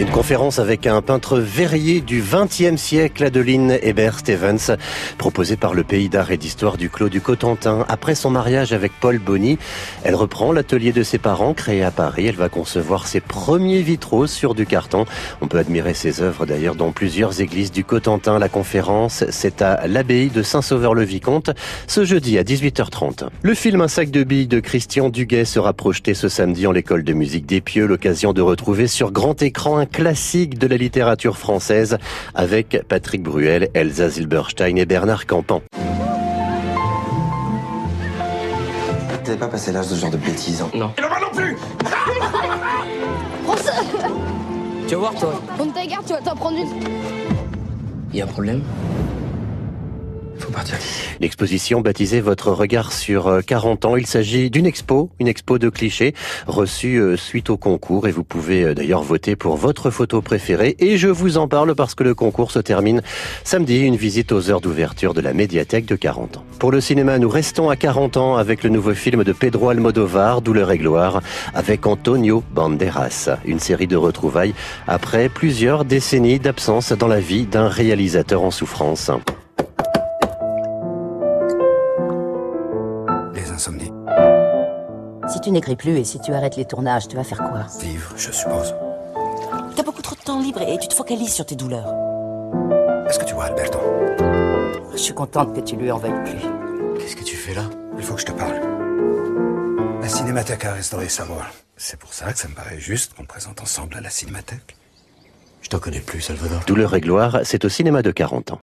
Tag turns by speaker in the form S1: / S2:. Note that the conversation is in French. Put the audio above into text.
S1: Une conférence avec un peintre verrier du XXe siècle, Adeline Hébert Stevens, proposée par le Pays d'art et d'histoire du Clos du Cotentin. Après son mariage avec Paul Bonny, elle reprend l'atelier de ses parents créé à Paris. Elle va concevoir ses premiers vitraux sur du carton. On peut admirer ses œuvres d'ailleurs dans plusieurs églises du Cotentin. La conférence, c'est à l'abbaye de Saint-Sauveur-le-Vicomte ce jeudi à 18h30. Le film Un sac de billes de Christian Duguay sera projeté ce samedi en l'école de musique des Pieux, l'occasion de retrouver sur grand écran un classique de la littérature française avec Patrick Bruel, Elsa Zilberstein et Bernard Campan.
S2: T'es pas passé l'âge de ce genre de bêtises. hein.
S3: Non.
S4: Et le bras non plus
S3: Tu vas voir, toi.
S5: On ta garde, tu vas t'en prendre une.
S3: Il y a un problème
S2: Faut partir.
S1: L'exposition baptisée Votre regard sur 40 ans, il s'agit d'une expo, une expo de clichés reçue euh, suite au concours et vous pouvez euh, d'ailleurs voter pour votre photo préférée et je vous en parle parce que le concours se termine samedi, une visite aux heures d'ouverture de la médiathèque de 40 ans. Pour le cinéma, nous restons à 40 ans avec le nouveau film de Pedro Almodovar, Douleur et gloire, avec Antonio Banderas, une série de retrouvailles après plusieurs décennies d'absence dans la vie d'un réalisateur en souffrance.
S6: Les insomnies.
S7: Si tu n'écris plus et si tu arrêtes les tournages, tu vas faire quoi
S6: Vivre, je suppose.
S7: T'as beaucoup trop de temps libre et tu te focalises sur tes douleurs.
S6: Est-ce que tu vois, Alberto
S7: Je suis contente que tu lui en veuilles plus.
S6: Qu'est-ce que tu fais là Il faut que je te parle. La Cinémathèque a restauré sa mort. C'est pour ça que ça me paraît juste qu'on présente ensemble à la Cinémathèque. Je t'en connais plus, Salvador.
S1: Douleur et gloire, c'est au cinéma de 40 ans.